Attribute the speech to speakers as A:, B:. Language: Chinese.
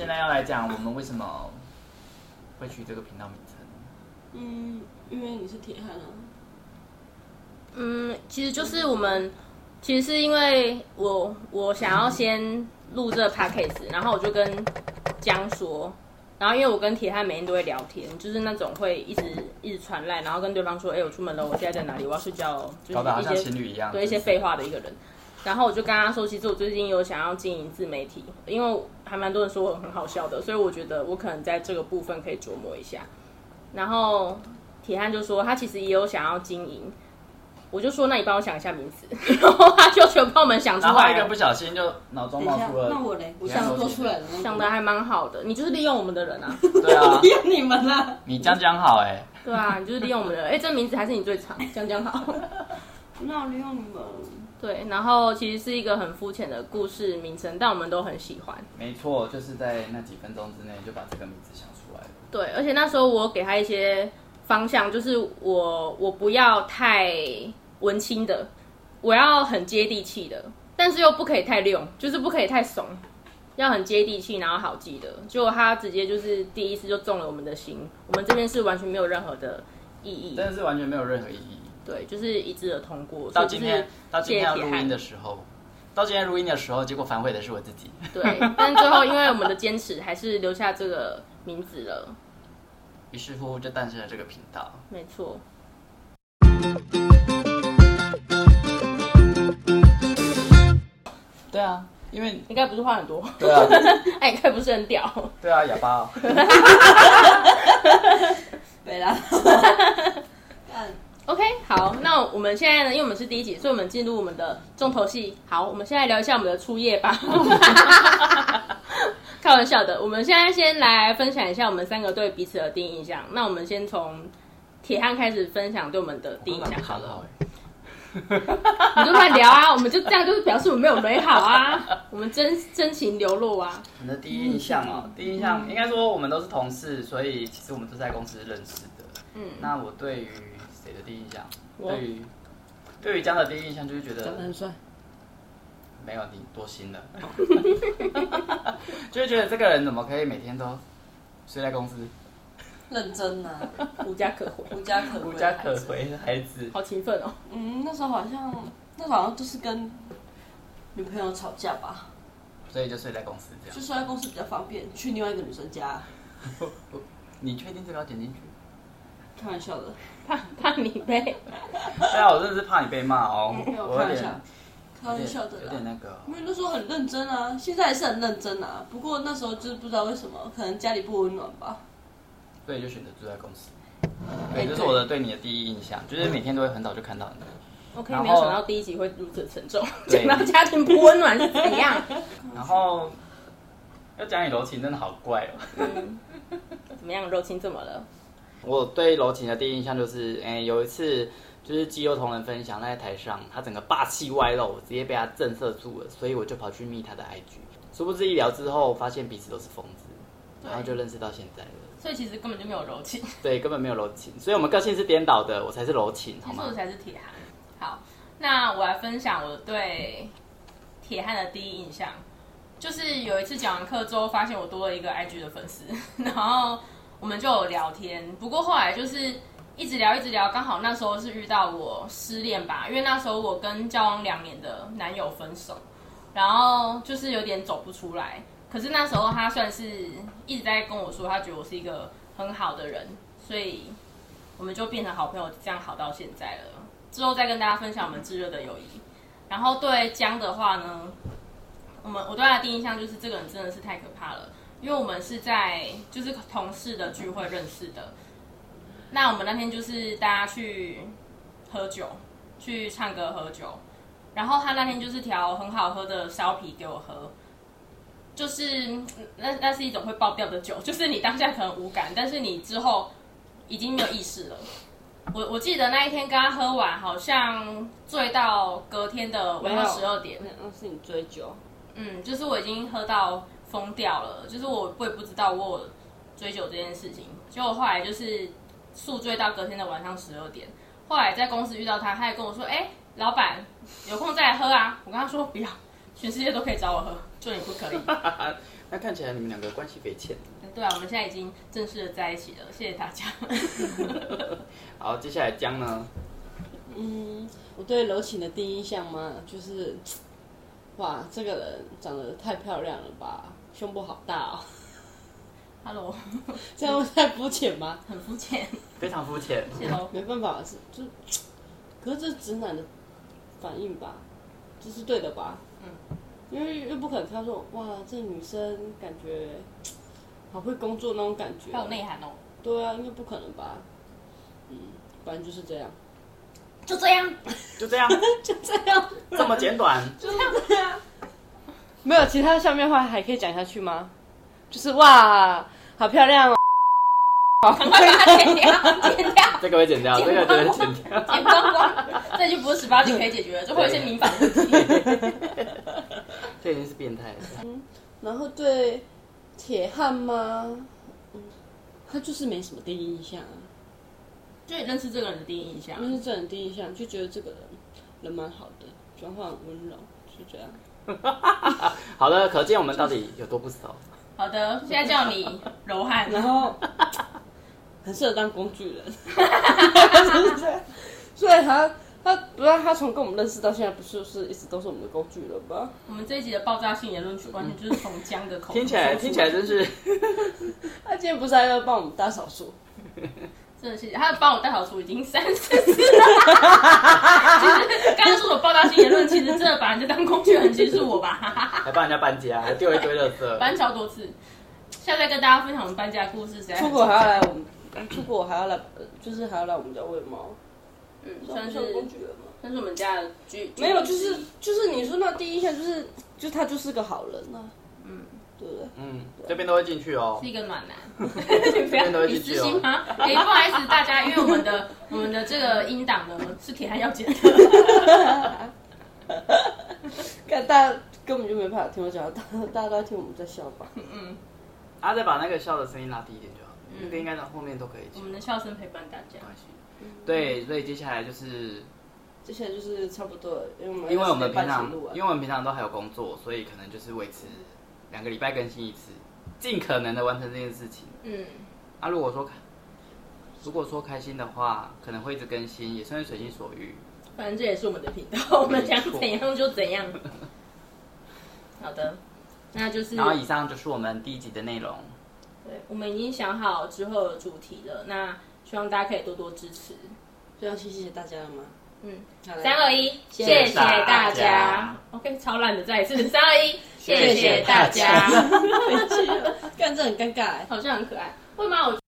A: 现在要来讲我们为什么会取这个频道名称。
B: 嗯，因为你是铁汉啊。
C: 嗯，其实就是我们，其实是因为我我想要先录这个 p a c k a g e 然后我就跟江说，然后因为我跟铁汉每天都会聊天，就是那种会一直一直传赖，然后跟对方说，哎、我出门了，我现在在哪里，我要睡觉哦，就
A: 搞得好像
C: 是一些
A: 情侣一样
C: 对一些废话的一个人。然后我就跟他说，其实我最近有想要经营自媒体，因为还蛮多人说我很好笑的，所以我觉得我可能在这个部分可以琢磨一下。然后铁汉就说他其实也有想要经营，我就说那你帮我想一下名字，然后他就全帮我们想出
A: 然后他
C: 来
A: 一个
C: 了
A: 不，小心就脑中
B: 等
A: 冒
B: 一下，
A: 出了，
B: 那我嘞，我
A: 想
B: 想多出来的那个
C: 想的还蛮好的。你就是利用我们的人啊，
A: 对啊
B: 不，要你们了。
A: 你这样讲好哎、
C: 对啊，你就是利用我们的人。哎，这名字还是你最长，讲讲好。
B: 那我利用你们。
C: 对，然后其实是一个很肤浅的故事名称，但我们都很喜欢。
A: 没错，就是在那几分钟之内就把这个名字想出来了。
C: 对，而且那时候我有给他一些方向，就是我我不要太文青的，我要很接地气的，但是又不可以太溜，就是不可以太怂，要很接地气，然后好记得。结果他直接就是第一次就中了我们的心，我们这边是完全没有任何的意义
A: 真，的是完全没有任何意义。
C: 对，就是一致的通过。
A: 到
C: 所
A: 今
C: 以就是
A: 天，到今天要录
C: 谢谢
A: 音的时候，到今天录音的时候，结果反悔的是我自己。
C: 对，但最后因为我们的坚持，还是留下这个名字了。
A: 于是乎，就诞生了这个频道。
C: 没错，
A: 对啊，因为
C: 应该不是话很多，
A: 对啊，
C: 哎，应该不是很屌。
A: 对啊，哑巴、哦。
B: 没啦。但
C: OK，好，那我们现在呢，因为我们是第一集，所以我们进入我们的重头戏。好，我们现在聊一下我们的初夜吧。 开玩笑的，我们现在先来分享一下我们三个对彼此的第一印象。那我们先从铁汉开始分享对我们的 第一印象好
A: 哎
C: 了。你就乱聊啊，我们就这样，就是表示我们没有美好啊，我们真真情流露啊。
A: 我们的第一印象哦，第一印象应该说我们都是同事，所以其实我们都是在公司认识的。
C: 嗯，
A: 那我对于谁的第一印象？对于对于江的第一印象就是觉
B: 长得
A: 得
B: 很帅。
A: 没有你多心了，哦 就是觉得这个人怎么可以每天都睡在公司，
B: 认真呐、
C: 无家可回，
B: 无家可归
A: 无家可。回的孩子。
C: 好勤奋哦。
B: 嗯，那时候好像，那时候好像就是跟女朋友吵架吧，
A: 所以就睡在公司这
B: 就
A: 样。
B: 是在公司比较方便，去另外一个女生家。
A: 你确定这个要剪进去？
B: 开玩笑的，
C: 怕怕你被
A: 对啊，我真的是怕你被骂哦，
B: 没有
A: 我
B: 开
A: 有
B: 玩
A: 点
B: 笑，开
A: 有
B: 玩笑
A: 点
B: 的
A: 有
B: 啦。
A: 点那个哦。
B: 因为那时候很认真啊，现在还是很认真啊。不过那时候就是不知道为什么，可能家里不温暖吧。
A: 所以就选择住在公司。哎对，这是我的对你的第一印象，就是每天都会很早就看到你。
C: OK，
A: 然后
C: 没有想到第一集会如此沉重，
A: 对
C: 讲到家庭不温暖是怎样？
A: 然后要讲你柔情真的好怪哦。
C: 嗯，怎么样，柔情怎么了？
A: 我对柔情的第一印象就是，哎、有一次就是基友同仁分享，他在台上，他整个霸气外露，我直接被他震慑住了，所以我就跑去密他的 IG，殊不知一聊之后，发现彼此都是疯子，然后就认识到现在了。
C: 所以其实根本就没有柔情，
A: 对，根本没有柔情，所以我们个性是颠倒的，我才是柔情，好
C: 其实
A: 吗
C: 我？才是铁汉。好，那我来分享我对铁汉的第一印象，就是有一次讲完课之后，发现我多了一个 IG 的粉丝， 然后我们就有聊天，不过后来就是。一直聊，一直聊，刚好那时候是遇到我失恋吧，因为那时候我跟交往两年的男友分手，然后就是有点走不出来。可是那时候他算是一直在跟我说，他觉得我是一个很好的人，所以我们就变成好朋友，这样好到现在了。之后再跟大家分享我们炙热的友谊。然后对江的话呢，我们我对他啊的第一印象就是这个人真的是太可怕了，因为我们是在就是同事的聚会认识的。那我们那天就是大家去喝酒，去唱歌喝酒，然后他那天就是调很好喝的烧啤给我喝，就是嗯那那是一种会爆掉的酒，就是你当下可能无感，但是你之后已经没有意识了。我我记得那一天跟他喝完，好像醉到隔天的晚上十二点，
B: 那是你追酒，
C: 嗯，就是我已经喝到疯掉了，就是我我也不知道我有追酒这件事情，结果后来就是宿醉到隔天的晚上十二点，后来在公司遇到他，他也跟我说，哎、老板有空再来喝啊，我跟他说不要，全世界都可以找我喝，就你不可以，
A: 那看起来你们两个关系匪浅。
C: 对啊，我们现在已经正式的在一起了，谢谢大家。
A: 好，接下来江呢？
B: 嗯，我对柔情的第一印象嘛，就是，哇，这个人长得太漂亮了吧，胸部好大哦，
C: Hello，
B: 这样会太肤浅吗？
C: 很肤浅，
A: 非常肤浅。
C: 谢哦喽。
B: 没办法，是就，可是这直男的反应吧，这是对的吧？
C: 嗯，
B: 因为又不可能他说，哇，这女生感觉好会工作那种感觉，啊
C: 还有内涵哦，
B: 对啊，应该不可能吧？嗯，反正就是这样，
C: 就这样，
A: 就这样，
B: 就这样，
A: 这么简短。
C: 就这样。啊
B: 没有其他下面话还可以讲下去吗？就是哇，好漂亮哦，
C: 赶快把它剪掉，剪掉，
A: 这个会啊剪掉，这个就会剪掉。
C: 剪光光，这就不是十八禁可以解决了，这会有一些民法问题。
A: 这已经是变态了。
B: 然后对铁汉吗？嗯，他就是没什么第一印象啊，
C: 就你认识这个人的第一印象，
B: 因为这人第一印象就觉得这个人人蛮好的，讲话很温柔，就这样。
A: 好了，可见我们到底有多不熟。
C: 好的，现在叫你柔汉，
B: 然后很适合当工具人， 就是这样。所以他他不知道他从跟我们认识到现在，不是就是一直都是我们的工具人吗？
C: 我们这一集的爆炸性言论完全就是从江的口
A: 听起来听起来真是，
B: 他今天不是还要帮我们大扫除？
C: 真的谢谢，他帮我带好书已经三四 次了。其实刚刚说的爆炸性言论，其实真的把人家当工具人，其实是我吧，
A: 还帮人家搬家，还丢一堆垃圾。
C: 搬超多次。下次再跟大家分享我们搬家的故事，谁
B: 出国还要来我们，出国还要来，就是还要来我们家喂猫，
C: 嗯，算是
B: 算工具人吗？
C: 算是我们家的居
B: 没有，就是就是你说那第一印象就是，就他就是个好人啊，
C: 嗯。
B: 对不对？
A: 嗯，这边都会进去哦
C: 是。一个暖男， 不要你私心吗？哎、不好意思大家，因为我们的我们的这个音档呢是铁汉要剪的，
B: 看大家根本就没办法听我讲话，大大家都在听我们在笑吧。
C: 嗯，
A: 啊，再把那个笑的声音拉低一点就好。那个应该到后面都可以
C: 我
A: 进，
C: 们
A: 没
C: 的笑声陪伴大家。
A: 关系。
C: 嗯
A: 对，所以接下来就是
B: 接下来就是差不多了，因为我们
A: 因为我们
B: 半
A: 平
B: 程
A: 常，
C: 啊
B: 录完
A: 因为我们平常都还有工作，所以可能就是维持两个礼拜更新一次，尽可能的完成这件事情。
C: 嗯，
A: 啊，如果说开如果说开心的话，可能会一直更新，也算是随心所欲。
C: 反正这也是我们的频道，我们想怎样就怎 样。好的，那就是
A: 然后以上就是我们第一集的内容。
C: 对，我们已经想好之后的主题了，那希望大家可以多多支持。
B: 就要谢谢大家了吗？
C: 嗯，
B: 好嘞
C: 三 二一，谢
A: 谢
C: 谢大
A: 大家
C: OK，超烂的，再一次，三二一，
A: 谢
C: 谢
A: 谢
C: 大
A: 大
C: 家。
B: 回去了，干这很尴尬哎。
C: 好像很可爱，会吗？我。